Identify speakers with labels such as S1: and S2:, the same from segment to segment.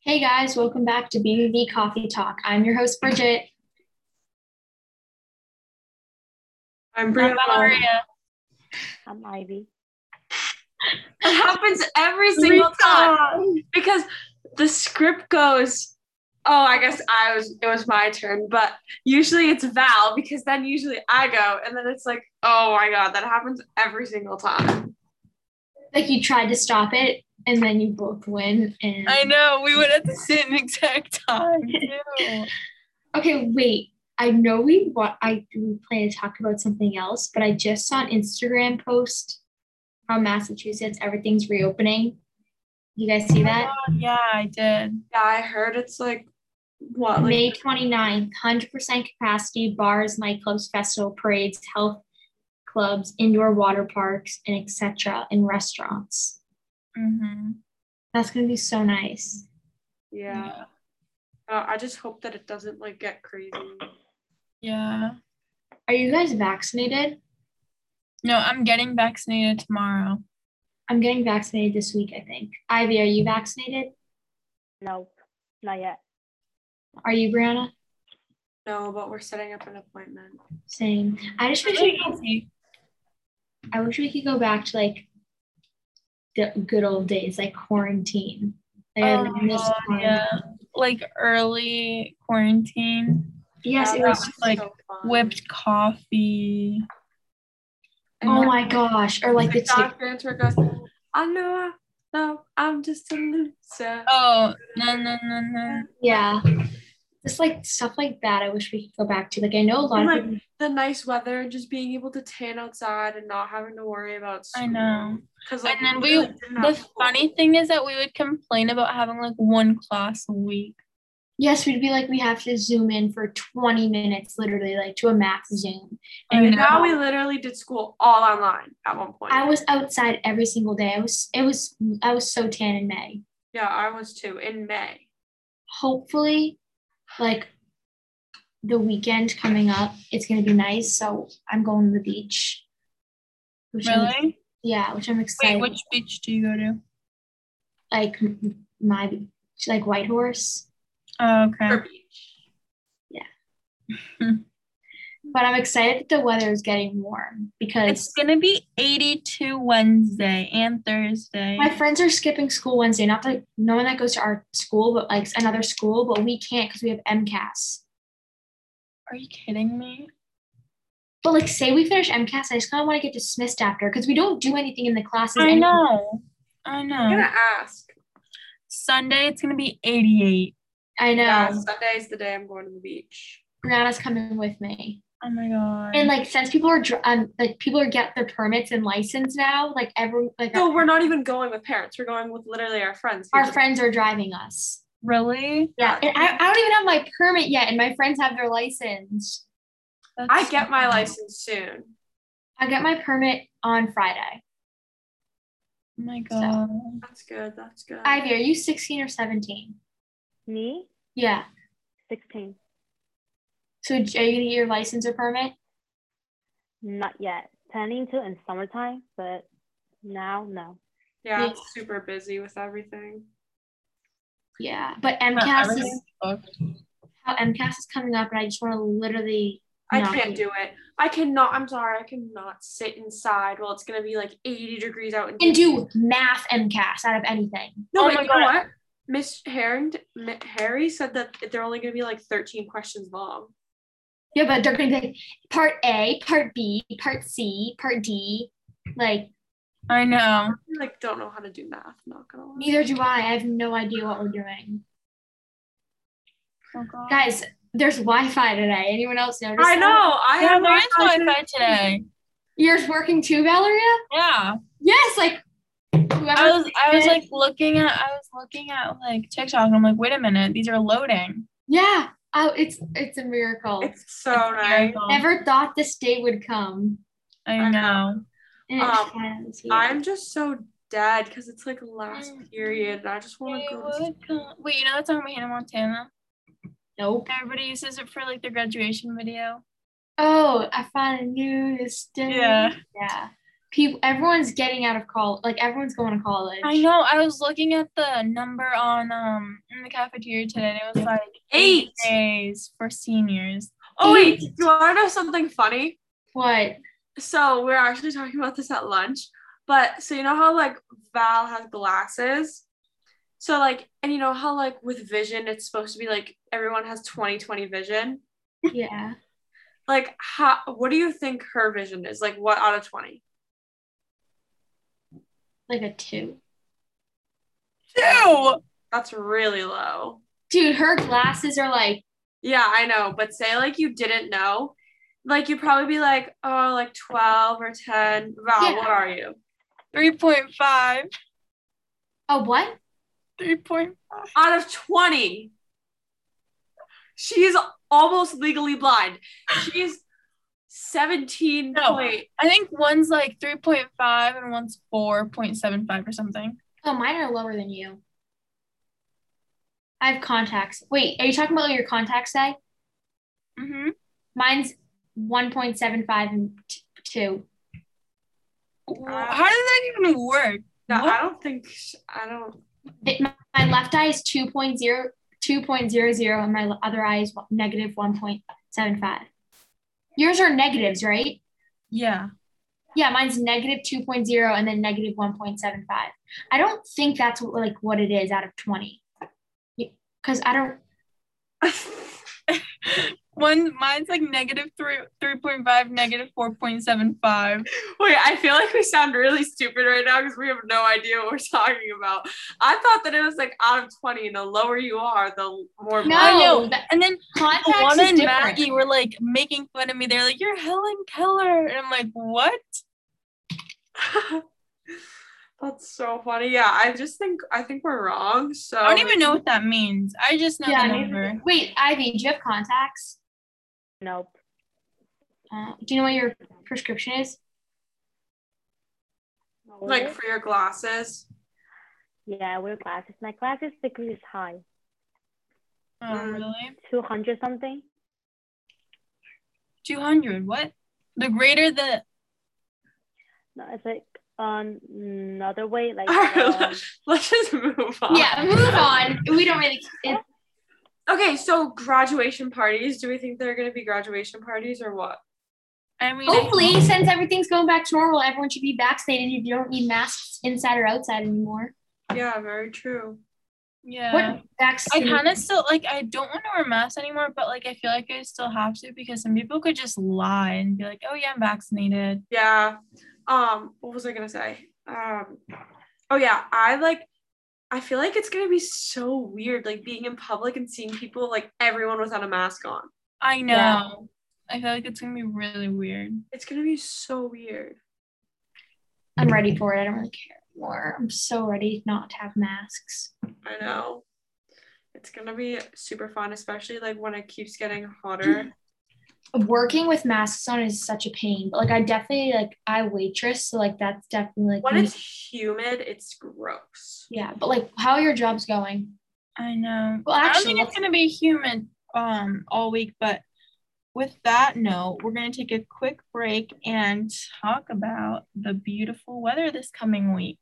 S1: Hey guys, welcome back to BBV Coffee Talk. I'm your host, Bridget.
S2: I'm Brianna.
S1: Um,
S3: I'm Ivy.
S2: It happens every single time because the script goes. Oh, I guess I was. It was my turn, but usually it's Val because then usually I go, and then it's like, oh my god, that happens every single time.
S1: Like you tried to stop it and then you both win. And
S4: I know we went at the same exact time.
S1: Okay, wait. I know we what I we plan to talk about something else, but I just saw an Instagram post from Massachusetts. Everything's reopening. You guys see that?
S4: yeah, I did.
S2: Yeah, I heard it's like
S4: Oh,
S2: what? Like,
S1: May 29th, 100% capacity, bars, nightclubs, festival parades, health clubs, indoor water parks, and etc. in restaurants.
S4: Mm-hmm.
S1: That's gonna be so nice.
S2: yeah. Uh, I just hope that it doesn't like get crazy.
S4: Yeah.
S1: Are you guys vaccinated?
S4: No, I'm getting vaccinated tomorrow.
S1: I'm getting vaccinated this week, I think. Ivy, are you vaccinated?
S3: No, not yet.
S1: Are you, Brianna?
S2: No, but we're setting up an appointment.
S1: Same. I just wish we could, I wish we could go back to like the good old days, like quarantine. Like, I
S4: Oh,
S1: miss quarantine.
S4: yeah. Like early quarantine,
S1: Yes, it
S2: Yeah, that
S1: was.
S4: like,
S2: so fun.
S4: whipped coffee.
S2: And
S1: Oh
S2: then-
S1: my gosh! Or like the
S2: Like
S1: tic-
S2: Doc Ranter goes, I know, I know, I'm just a loser.
S4: Oh, no, no, no, no.
S1: yeah, just like stuff like that. I wish we could go back to. Like I know a lot
S2: And,
S1: of
S2: like,
S1: people.
S2: The nice weather, and just being able to tan outside and not having to worry about.
S4: I know.
S2: Because
S4: And then we- The funny thing is that we would complain about having like one class a week.
S1: Yes, we'd be like we have to zoom in for twenty minutes, literally, like to a max zoom.
S4: I
S2: And
S4: know.
S2: now we literally did school all online at one point.
S1: I was outside every single day. I was, it was, I was so tan in May.
S2: yeah, I was too in May.
S1: hopefully like the weekend coming up it's going to be nice so i'm going to the beach which I'm-
S4: Really?
S1: yeah which i'm
S4: Wait,
S1: excited
S4: which beach do you go to?
S1: like m- my beach, like white horse
S4: Oh, okay.
S2: Or beach.
S1: but i'm excited that the weather is getting warm
S4: It's
S1: because
S4: gonna be 82 Wednesday and Thursday.
S1: my friends are skipping school wednesday not like no one that goes to our school but like another school but we can't because we have mcas
S4: Are you kidding me?
S1: but like say we finish mcas i just kind of want to get dismissed after because we don't do anything in the classes
S4: I
S1: anyway.
S4: know. I
S2: I'm
S4: know.
S2: gonna ask.
S4: Sunday it's gonna be 88.
S1: i know
S2: Yeah, Sunday's the day I'm going to the beach.
S1: brianna's coming with me
S4: Oh my god.
S1: And like since people are dr- um like people are get their permits and license now, like everyone like
S2: No, we're not even going with parents. We're going with literally our friends. who
S1: our
S2: just-
S1: friends are driving us.
S4: really?
S1: Yeah, and I, I don't even have my permit yet, and my friends have their license.
S4: That's
S2: I get my
S4: so-
S2: license soon.
S1: I get my permit on Friday.
S4: Oh my god.
S2: That's good. That's good.
S1: Ivy, are you 16 or 17?
S3: Me,
S1: Yeah.
S3: 16.
S1: So are you gonna get your license or permit?
S3: Not yet. Planning to in summertime, but now, no.
S2: Yeah, I'm
S1: Yeah.
S2: super busy with everything.
S1: Yeah. But
S4: Not
S1: MCAS is
S4: everything's booked.
S1: how MCAS is coming up, and I just want to literally.
S2: I
S1: not
S2: can't
S1: be-
S2: do it. I cannot. I'm sorry. I cannot sit inside while it's gonna be like 80 degrees out.
S1: And do math MCAS out of anything.
S2: no,
S4: Oh
S2: but
S4: my
S2: you know
S4: God.
S2: what? Miss Herring, M- Harry said that they're only gonna be like 13 questions long.
S1: Yeah, but they're gonna be like part A, part B, part C, part D. Like
S4: I know.
S2: I like don't know how to do math. Not gonna lie.
S1: Neither do I. I have no idea what we're doing.
S4: Oh god.
S1: Guys, there's Wi Fi today. Anyone else notice?
S2: I
S1: that?
S2: know. I
S4: yeah,
S2: have
S4: there is
S2: Wi-Fi
S4: Wi-Fi today.
S1: Yours working too, Valeria?
S4: Yeah.
S1: Yes, like whoever.
S4: I was I was
S1: did-
S4: like looking at I was looking at like TikTok and I'm like, wait a minute, these are loading.
S1: yeah. Oh, it's it's a miracle.
S2: It's um, so nice.
S1: Never thought this day would come.
S4: I know.
S1: And it
S2: Um,
S1: has, yeah.
S2: I'm just so dead because it's like last period, and I just want
S4: They
S2: to go.
S4: would come- Wait, you know that song by Hannah Montana?
S1: nope.
S4: Everybody uses it for like their graduation video.
S1: Oh, I found a new day.
S4: Yeah.
S1: Yeah. people everyone's getting out of college like everyone's going to college
S4: I know. I was looking at the number on um in the cafeteria today, and it was like
S2: Eight.
S4: days for seniors.
S2: Oh wait, do you want to know something funny?
S1: what
S2: So we are actually talking about this at lunch, but so you know how like Val has glasses, so like and you know how like with vision it's supposed to be like everyone has 20/20 vision.
S1: yeah
S2: Like how? What do you think her vision is? Like what out of 20?
S1: like a two
S4: Two.
S2: That's really low.
S1: dude her glasses are like
S2: Yeah, I know, but say like you didn't know, like you'd probably be like, oh, like 12 or 10. Val,
S1: Yeah.
S2: what are you?
S4: Three point five.
S1: a what
S4: Three point five.
S2: out of 20. She's almost legally blind. She's 17.
S4: No.
S2: Point.
S4: I think one's like three point five and one's four point seven five or something.
S1: oh mine are lower than you I have contacts wait are you talking about what your contacts say
S4: Mm-hmm.
S1: mine's 1.75 and t- two
S4: How does that even work?
S2: No,
S4: Uh, What?
S2: I don't think, sh- I don't.
S1: It- my, my left eye is 2.0 2.00 and my l- other eye is one- negative 1.75 yours are negatives right
S4: Yeah.
S1: Yeah, mine's negative 2.0 and then negative 1.75. I don't think that's what, like what it is out of 20. Because I don't,
S4: One mine's like negative three three point five, negative four point seven five.
S2: Wait, I feel like we sound really stupid right now because we have no idea what we're talking about. I thought that it was like out of 20, and the lower you are, the more.
S1: No.
S4: I know.
S1: that-
S4: and then
S1: contacts
S4: Juana
S1: is
S4: and
S1: different.
S4: Maggie were like making fun of me. They're like, "You're Helen Keller," and I'm like, "What?"
S2: blind. That's so funny. Yeah, I just think, I think we're wrong. So
S4: I don't even know what that means. I just know
S1: Oh. Yeah,
S4: the
S1: neither-
S4: number.
S1: Wait, Ivy, do you have contacts?
S3: Nope.
S1: Uh, do you know what your prescription is?
S3: What was
S2: like
S3: it?
S2: for your glasses.
S3: yeah, I wear glasses. My glasses degree is high,
S4: Oh,
S2: Mm.
S4: really?
S3: two hundred something.
S4: Two hundred. What? The greater the.
S3: No, it's like um, another way, like
S2: Alright,
S3: um,
S2: Let's just move
S4: Uh,
S2: on.
S1: Yeah, move on. We don't really, it,
S2: Okay, so graduation parties. Do we think they're gonna be graduation parties or what?
S4: I mean, I-
S1: hopefully, since everything's going back to normal, everyone should be vaccinated. You don't need masks inside or outside anymore.
S2: Yeah, very true.
S4: yeah.
S1: What
S4: I
S1: vaccine?
S4: kind of still like. I don't want to wear masks anymore, but like, I feel like I still have to because some people could just lie and be like, "Oh yeah, I'm vaccinated."
S2: Yeah. Um, what was I gonna say? Um oh yeah, I like I feel like it's gonna be so weird, like being in public and seeing people like everyone without a mask on.
S4: I know.
S3: Yeah.
S4: I feel like it's gonna be really weird.
S2: It's gonna be so weird.
S1: I'm ready for it. I don't really care anymore. I'm so ready not to have masks.
S2: I know. It's gonna be super fun, especially like when it keeps getting hotter.
S1: working with masks on is such a pain. But like I definitely like I waitress, so like that's definitely like
S2: When
S1: me.
S2: it's humid, it's gross.
S1: yeah. But like how are your jobs going?
S4: I know.
S1: Well,
S4: I don't
S1: actually,
S4: think it's gonna be humid um all week, but with that note, we're gonna take a quick break and talk about the beautiful weather this coming week.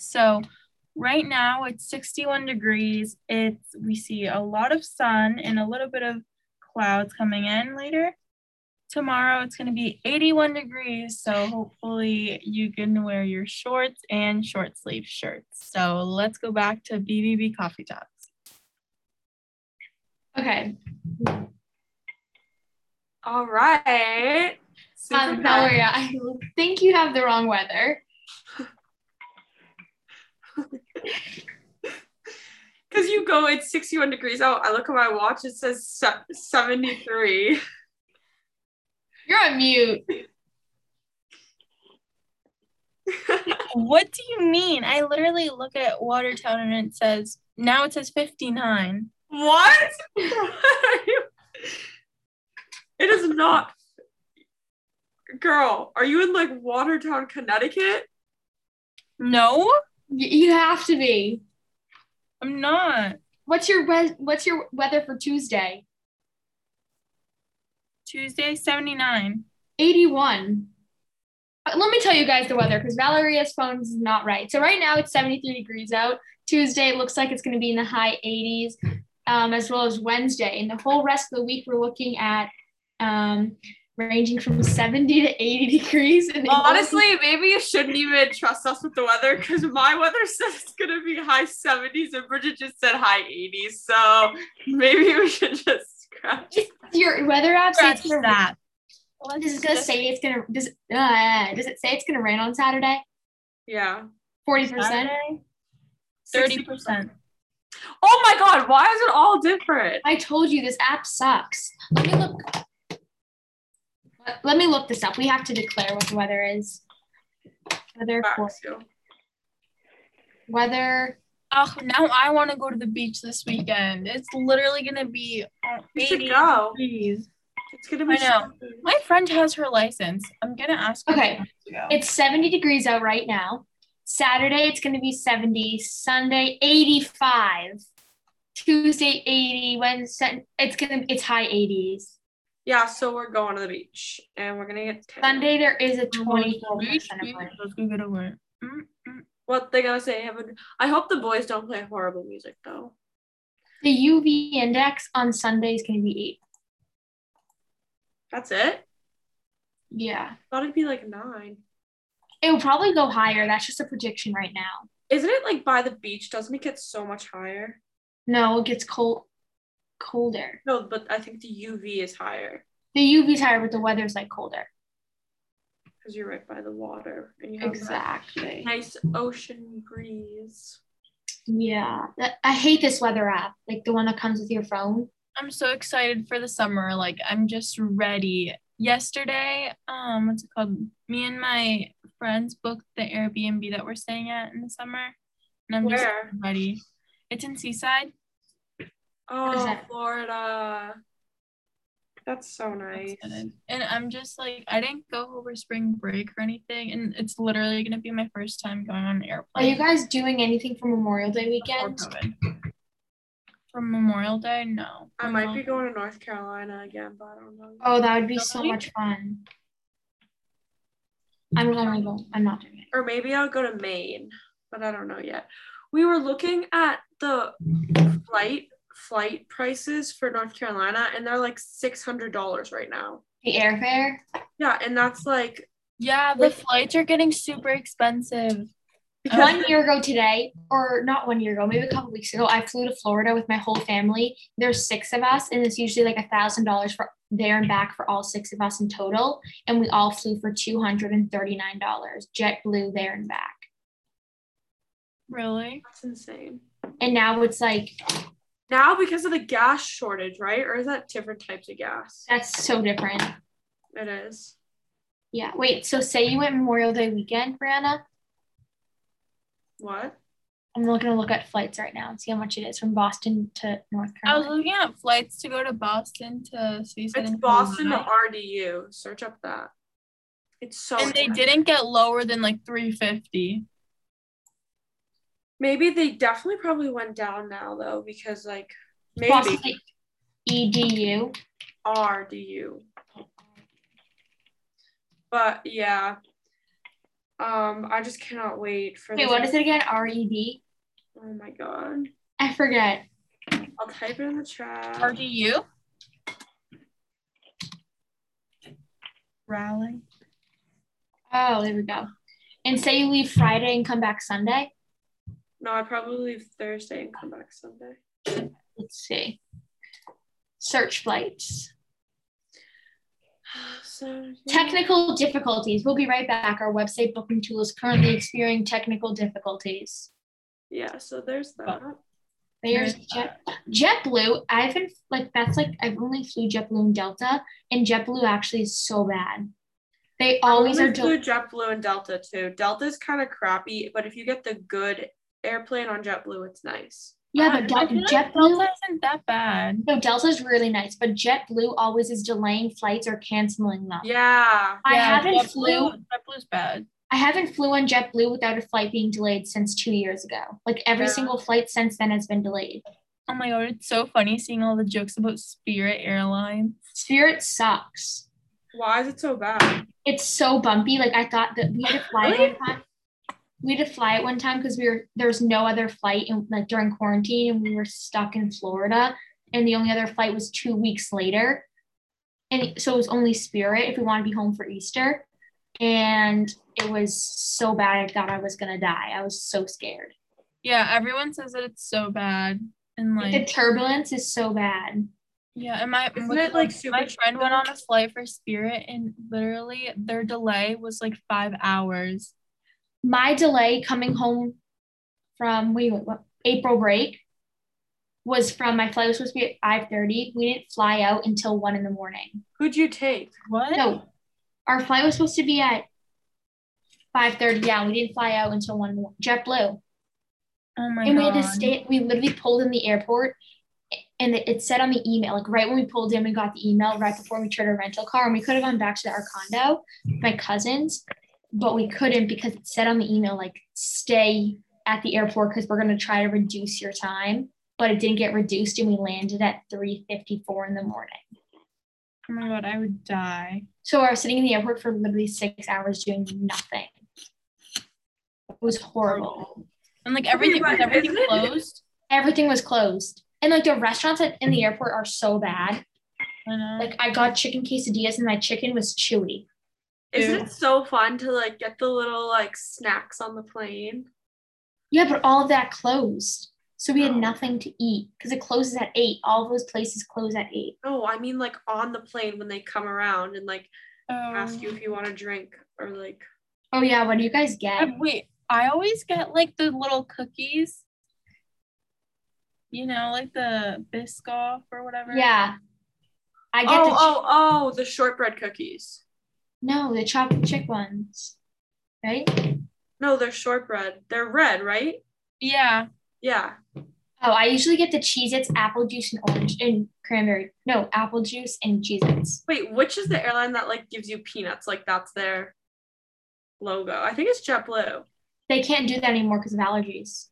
S4: So right now it's 61 degrees. It's we see a lot of sun and a little bit of clouds coming in later. Tomorrow it's going to be 81 degrees, so hopefully you can wear your shorts and short sleeve shirts. So let's go back to BBB Coffee Talks.
S1: Okay.
S2: All right. Super
S1: Um,
S2: fun.
S1: Valeria, I think you have the wrong weather.
S2: Because you go, it's 61 degrees out. I look at my watch, it says se- 73.
S1: You're on mute.
S4: What do you mean? I literally look at Watertown and it says now it says 59.
S2: What? it is not. Girl, are you in like Watertown, Connecticut?
S4: No,
S1: Y- you have to be.
S4: I'm not.
S1: What's your we- what's your weather for Tuesday?
S4: Tuesday 79.
S1: 81. But Uh, let me tell you guys the weather because Valeria's phone is not right. So right now it's 73 degrees out. Tuesday it looks like it's going to be in the high 80s, um, as well as Wednesday. And the whole rest of the week we're looking at um, ranging from 70 to 80 degrees. And it won't be-
S2: Honestly, maybe you shouldn't even trust us with the weather because my weather says it's gonna be high 70s and Bridget just said high 80s. So maybe we should just scratch.
S1: your weather app says
S4: Scratch
S1: it's gonna-
S4: that.
S1: Does it gonna say it's gonna does it, uh, does it say it's gonna rain on Saturday?
S2: Yeah.
S1: Forty percent.
S4: Thirty percent.
S2: Oh my god, why is it all different?
S1: I told you this app sucks. Let me look. Let- Let me look this up. We have to declare what the weather is. Weather for weather.
S4: Oh, now I want to go to the beach this weekend. It's literally gonna be uh,
S2: You should
S4: eighty
S2: go.
S4: degrees.
S2: It's gonna be
S4: I know. My friend has her license. I'm gonna ask. her
S1: Okay.
S4: if she wants to go.
S1: It's seventy degrees out right now. Saturday it's gonna be seventy. Sunday eighty-five. Tuesday eighty. Wednesday it's gonna it's high eighties.
S2: Yeah, so we're going to the beach and we're gonna get tan.
S1: Sunday there is a
S4: Beach,
S1: twenty-four
S4: beach,
S1: percent of rain.
S4: Let's go get a word. Mm, mm.
S2: What they gonna say? Heaven. I hope the boys don't play horrible music though.
S1: The UV index on Sunday is going to be eight.
S2: That's it.
S1: Yeah.
S2: Thought it'd be like nine.
S1: It will probably go higher. That's just a prediction right now.
S2: Isn't it like by the beach? Doesn't it get so much higher?
S1: No, it gets cold, colder.
S2: No, but I think the UV is higher
S1: The UV's higher, but the weather's like colder.
S2: because you're right by the water and you have that
S1: Exactly.
S2: Oh, nice ocean breeze.
S1: Yeah. That- I hate this weather app, like the one that comes with your phone.
S4: I'm so excited for the summer. Like I'm just ready. Yesterday, um, what's it called? Me and my friends booked the Airbnb that we're staying at in the summer, and I'm
S2: Where?
S4: just ready. It's in Seaside.
S1: is
S2: Oh,
S1: that?
S2: Florida. That's so nice.
S4: excited. And I'm just like, I didn't go over spring break or anything, and it's literally gonna be my first time going on an
S1: Are
S4: airplane.
S1: you guys doing anything for Memorial Day
S4: before
S1: weekend?
S4: COVID. From Memorial Day, no.
S2: I might
S4: Mm-hmm.
S2: be going to North Carolina again, but I don't know.
S1: Oh, that would be so much fun. I'm not going to go. I'm not doing it.
S2: Or maybe I'll go to Maine, but I don't know yet. We were looking at the flight flight prices for North Carolina, and they're like six hundred dollars right now.
S1: The airfare?
S2: Yeah, and that's like
S4: Yeah, the flights are getting super expensive.
S2: because
S4: Oh.
S1: one year ago today, or not one year ago, maybe a couple weeks ago, I flew to Florida with my whole family. There's six of us, and it's usually like a thousand dollars for there and back for all six of us in total. And we all flew for two hundred and thirty-nine dollars, JetBlue there and back.
S4: Really?
S2: that's insane.
S1: And now it's like
S2: Now because of the gas shortage, right? Or is that different types of gas?
S1: that's so different.
S2: It is.
S1: Yeah. Wait. So say you went Memorial Day weekend, Brianna.
S2: What?
S1: I'm looking to look at flights right now and see how much it is from Boston to North
S4: I was
S1: Carolina.
S4: looking at flights to go to Boston to Seaside.
S2: It's
S4: and
S2: Boston to
S4: Hawaii,
S2: RDU. Search up that. It's so
S4: And they
S2: expensive.
S4: didn't get lower than like 350.
S2: maybe they definitely probably went down now though, because like maybe
S1: Boston to E EDU.
S2: RDU. But yeah. Um, I just cannot wait for
S1: Wait,
S2: this.
S1: what is it again? R E D.
S2: Oh my god.
S1: I forget.
S2: I'll type it in the chat.
S4: RDU? Rally.
S1: Oh, there we go. And say you leave Friday and come back Sunday.
S2: No, I probably leave Thursday and come back Sunday.
S1: Let's see. Search flights.
S2: So
S4: Mm-hmm.
S1: Technical difficulties. We'll be right back. Our website booking tool is currently experiencing technical difficulties.
S2: yeah, so there's that.
S1: There's Jet JetBlue. I've been like that's like I've only flew JetBlue and Delta, and JetBlue actually is so bad. They always are.
S2: Always
S1: Del-
S2: do JetBlue and Delta too. Delta's kind of crappy, but if you get the good airplane on JetBlue, it's nice.
S1: yeah,
S4: I-
S1: but
S4: I
S1: Del-
S4: feel like
S1: JetBlue.
S4: Delta isn't that bad.
S1: no, Delta's really nice, but JetBlue always is delaying flights or canceling them.
S2: Yeah.
S1: I haven't
S4: JetBlue-
S1: flew
S4: JetBlue's bad.
S1: I haven't flew on JetBlue without a flight being delayed since two years ago. Like every
S2: Yeah.
S1: single flight since then has been delayed.
S4: Oh my god, it's so funny seeing all the jokes about Spirit Airlines.
S1: Spirit sucks.
S2: Why is it so bad?
S1: It's so bumpy. Like I thought that we had to fly
S2: Really?
S1: one time. We had to fly at one time because we were there was no other flight and like during quarantine and we were stuck in Florida and the only other flight was two weeks later. And so it was only Spirit if we wanted to be home for Easter. And it was so bad I thought I was gonna die. I was so scared.
S4: Yeah, everyone says that it's so bad. And
S1: Like, the
S4: like,
S1: turbulence is so bad.
S4: yeah, and my
S2: Isn't
S4: what's
S2: it, like,
S4: called?
S2: super
S4: my friend went
S2: expensive?
S4: on a flight for Spirit, and literally their delay was like five hours.
S1: my delay coming home from we what, April break was from my flight was supposed to be at 5:30. We didn't fly out until one in the morning.
S2: Who'd you take?
S4: What?
S1: No, our flight was supposed to be at 5:30. Yeah, we didn't fly out until one. in the mor- JetBlue,
S4: Oh my
S1: and we
S4: god.
S1: had to stay. We literally pulled in the airport, and it it said on the email like right when we pulled in, we got the email right before we turned our rental car, and we could have gone back to our condo, my cousins, but we couldn't because it said on the email like stay at the airport because we're going to try to reduce your time but it didn't get reduced and we landed at 3.54 in the morning
S4: oh my god, I would die.
S1: so i was sitting in the airport for literally six hours doing nothing it was horrible
S4: And like everything
S2: but
S4: was
S2: Oh
S4: everything
S2: isn't it-
S4: closed.
S1: everything was closed and like the restaurants at- in the
S2: Mm-hmm.
S1: airport are so bad
S4: I know.
S1: like i got chicken quesadillas and my chicken was chewy
S2: Isn't
S4: Ew.
S2: it so fun to like get the little like snacks on the plane?
S1: yeah but all of that closed so we had
S2: Oh.
S1: nothing to eat because it closes at eight all those places close at eight
S2: No, Oh, I mean like on the plane when they come around and like ask
S4: Um,
S2: you if you want a drink or like
S1: oh yeah what do you guys get
S4: I- wait, I always get like the little cookies. You know, like the Biscoff or whatever.
S1: Yeah. I get
S2: oh
S1: the ch-
S2: oh oh the shortbread cookies.
S1: no, the chocolate chip ones. Right?
S2: No, they're shortbread. They're red, right?
S4: Yeah.
S2: Yeah.
S1: Oh, I usually get the Cheez Its, apple juice, and orange and cranberry. No, apple juice and Cheez Its.
S2: Wait, which is the airline that like gives you peanuts? Like that's their logo. I think it's JetBlue.
S1: They can't do that anymore because of allergies.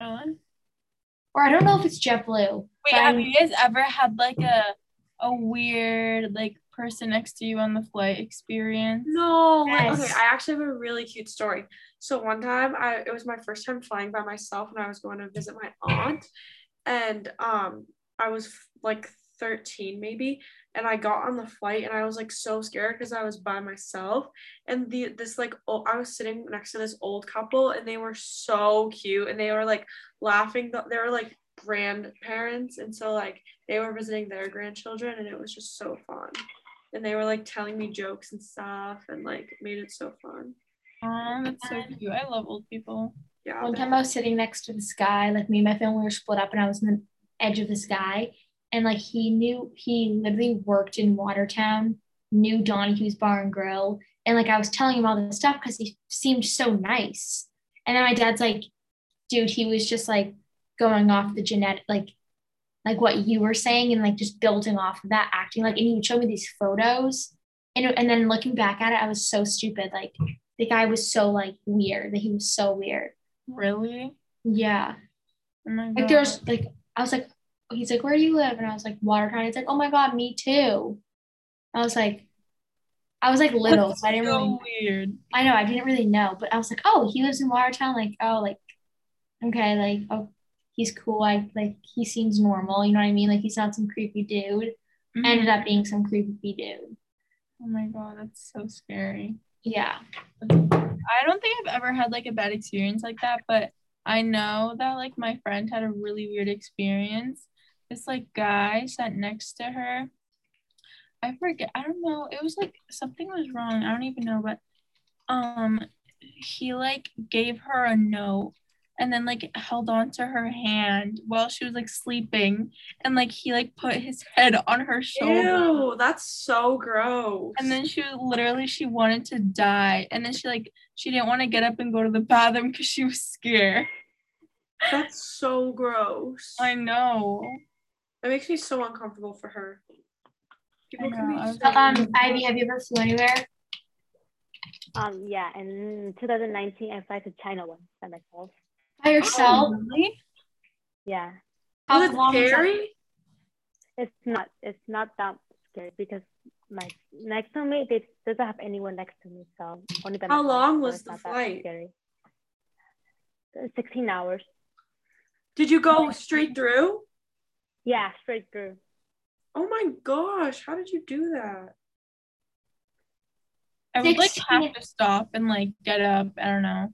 S4: Really?
S1: Or I don't know if it's JetBlue.
S4: Wait,
S1: but I
S4: have
S1: mean-
S4: you guys ever had like a a weird like person next to you on the flight experience?
S2: No, like- okay.
S1: Yes.
S2: I actually have a really cute story. So one time, I it was my first time flying by myself, and I was going to visit my aunt, and um, I was f- like thirteen maybe, and I got on the flight, and I was like so scared because I was by myself, and the this like oh, I was sitting next to this old couple, and they were so cute, and they were like laughing. th- They were like grandparents, and so like they were visiting their grandchildren, and it was just so fun and they were like telling me jokes and stuff and like made it so fun.
S4: Oh, that's so
S1: Um,
S4: cute. I love old people.
S2: Yeah.
S1: One
S2: they-
S1: time I was sitting next to this guy, like me and my family were split up, and I was on the edge of this guy. And like he knew, he literally worked in Watertown, knew Donahue's Bar and Grill. And like I was telling him all this stuff because he seemed so nice. And then my dad's like, dude, he was just like going off the genetic, like, like what you were saying and like just building off of that acting like and he would show me these photos and, and then looking back at it i was so stupid like the guy was so like weird that he was so weird
S4: Really?
S1: yeah.
S4: Oh my god.
S1: Like there's like I was like he's like, Where do you live? And I was like, Watertown. He's like, Oh my god, me too. I was like I was like little,
S4: That's
S1: so I didn't really
S4: so weird.
S1: I know, I didn't really know, but I was like, Oh, he lives in Watertown, like, oh like okay, like oh he's cool, like like he seems normal, you know what I mean? Like he's not some creepy dude.
S4: Mm-hmm.
S1: Ended up being some creepy dude.
S4: Oh my god, that's so scary.
S1: Yeah.
S4: I don't think I've ever had like a bad experience like that, but I know that like my friend had a really weird experience. This like guy sat next to her. I forget. I don't know. It was like something was wrong. I don't even know, but um he like gave her a note and then like held on to her hand while she was like sleeping and like he like put his head on her shoulder.
S2: Ew, that's so gross.
S4: And then she was literally she wanted to die. And then she like she didn't want to get up and go to the bathroom because she was scared.
S2: that's so gross.
S4: I know.
S2: It makes me so uncomfortable for her. People
S4: I
S2: can
S4: know, I
S2: be
S4: was
S2: so
S1: Um, Ivy, have you ever flew anywhere?
S3: Um, yeah, in 2019, I flew to China once by myself.
S1: By yourself?
S4: Really?
S3: Yeah,
S1: How
S2: Was it
S1: long was that?
S2: scary?
S3: it's not it's not that scary because my next to me. They doesn't have anyone next to me, so only by
S2: How
S3: myself,
S2: long
S3: so
S2: was
S3: it's
S2: the
S3: not that
S2: flight?
S3: scary. Uh, Sixteen hours.
S2: Did you go straight through?
S3: Yeah, straight through.
S2: Oh my gosh, how did you do that?
S4: I would like
S1: Sixteen.
S4: have to stop and like get up. I don't know.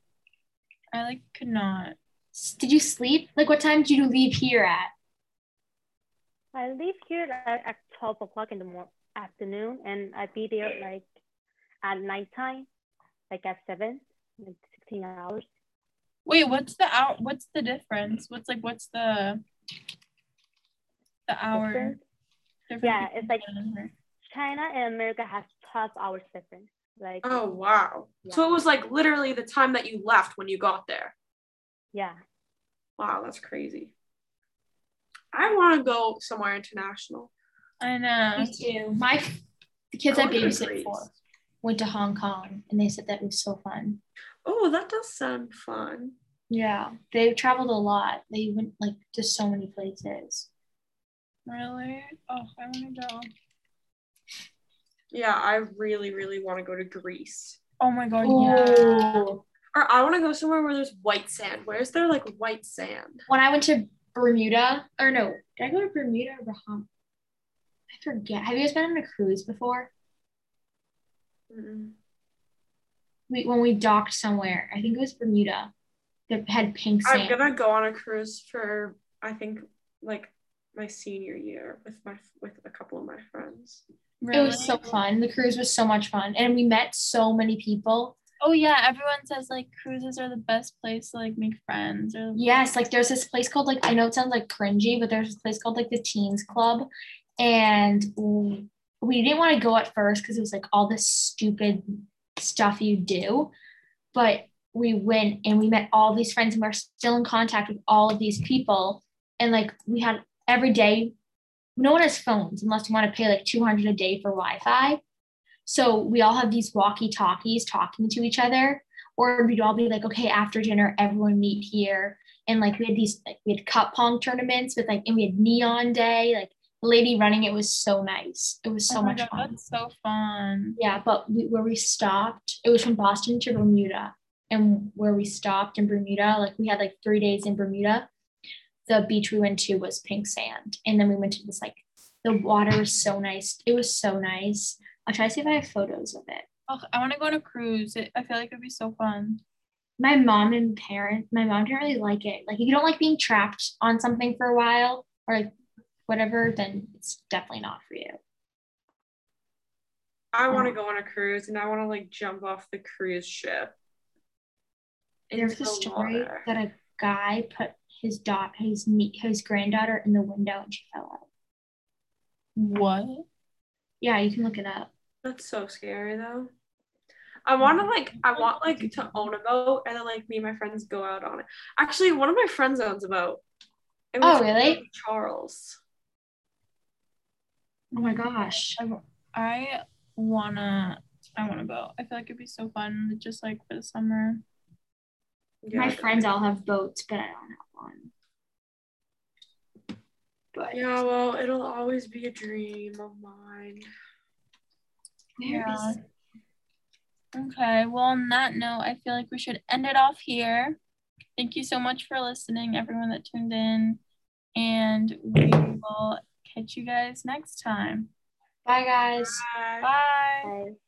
S4: I like could not.
S1: S- Did you sleep? Like, what time did you leave here at?
S3: I leave here at, at twelve o'clock in the mor- afternoon, and I be there like at nighttime, like at seven, like sixteen hours.
S4: Wait, what's the out? What's the difference? What's like what's the the hour?
S3: difference.
S4: difference
S3: Yeah, it's
S4: between
S3: like-
S4: China and here?
S3: China and America has twelve hours difference. Like
S2: Oh wow. So it was like literally the time that you left when you got there.
S3: yeah,
S2: Wow, that's crazy. I want to go somewhere international.
S4: I know.
S1: Me too. My the kids I
S2: Go to
S1: babysit
S2: Greece.
S1: for went to Hong Kong, and they said that was so fun.
S2: Oh, that does sound fun.
S1: Yeah, they traveled a lot. They went like to so many places.
S4: Really? Oh, I want to go.
S2: Yeah, I really, really want to go to Greece.
S4: Oh my god, yeah.
S1: Ooh.
S2: Or I want to go somewhere where there's white sand. Where is there like white sand?
S1: When I went to Bermuda, or no, did I go to Bermuda or Bahamas? I forget. Have you guys been on a cruise before? Mm-hmm.
S2: Mm-mm.
S1: We when we docked somewhere, I think it was Bermuda, that had pink
S2: I'm
S1: sand.
S2: gonna go on a cruise for I think like my senior year with my with a couple of my friends.
S1: It was so fun. The cruise was so much fun, and we met so many people.
S4: Oh yeah, everyone says like cruises are the best place to like make friends or
S1: Yes, like there's this place called like I know it sounds like cringy, but there's this place called like the Teens Club, and we we didn't want to go at first because it was like all this stupid stuff you do, but we went and we met all these friends and we're still in contact with all of these people, and like we had every day, no one has phones unless you want to pay like two hundred a day for Wi-Fi, so we all have these walkie talkies talking to each other or we'd all be like, okay, after dinner, everyone meet here. And like we had these, like we had cup pong tournaments with like, and we had neon day. Like the lady running it was so nice. It was so
S4: Oh my
S1: much
S4: God,
S1: fun.
S4: That's so fun.
S1: Yeah, but we, where we stopped, it was from Boston to Bermuda, and where we stopped in Bermuda, like we had like three days in Bermuda. The beach we went to was pink sand, and then we went to this like the water was so nice. It was so nice. I'll try to see if I have photos of it.
S4: Ugh, I want to go on a cruise. It, I feel like it'd be so fun.
S1: my mom and parent my mom didn't really like it like if you don't like being trapped on something for a while or like whatever then it's definitely not for you
S2: I want to
S1: Yeah.
S2: go on a cruise and I want to like jump off the cruise ship.
S1: there's
S2: into
S1: a
S2: the
S1: story
S2: water.
S1: that a guy put his daughter his nie- his granddaughter in the window and she fell out
S4: What?
S1: yeah you can look it up
S2: That's so scary though. I want to
S1: Mm-hmm.
S2: like I want like to own a boat and then like me and my friends go out on it. Actually, one of my friends owns a boat. It
S1: Oh, really?
S2: Charles.
S1: oh my gosh
S4: I, I wanna. I wanna go. I feel like it'd be so fun, just like for the summer.
S2: Yeah,
S1: my
S2: I-
S1: friends all have boats but i don't have one but
S2: Yeah, well, it'll always be a dream of mine.
S1: where is-
S4: Okay. Well, on that note, I feel like we should end it off here. Thank you so much for listening, everyone that tuned in, and we will catch you guys next time.
S1: bye guys
S2: Bye.
S4: Bye.
S3: I-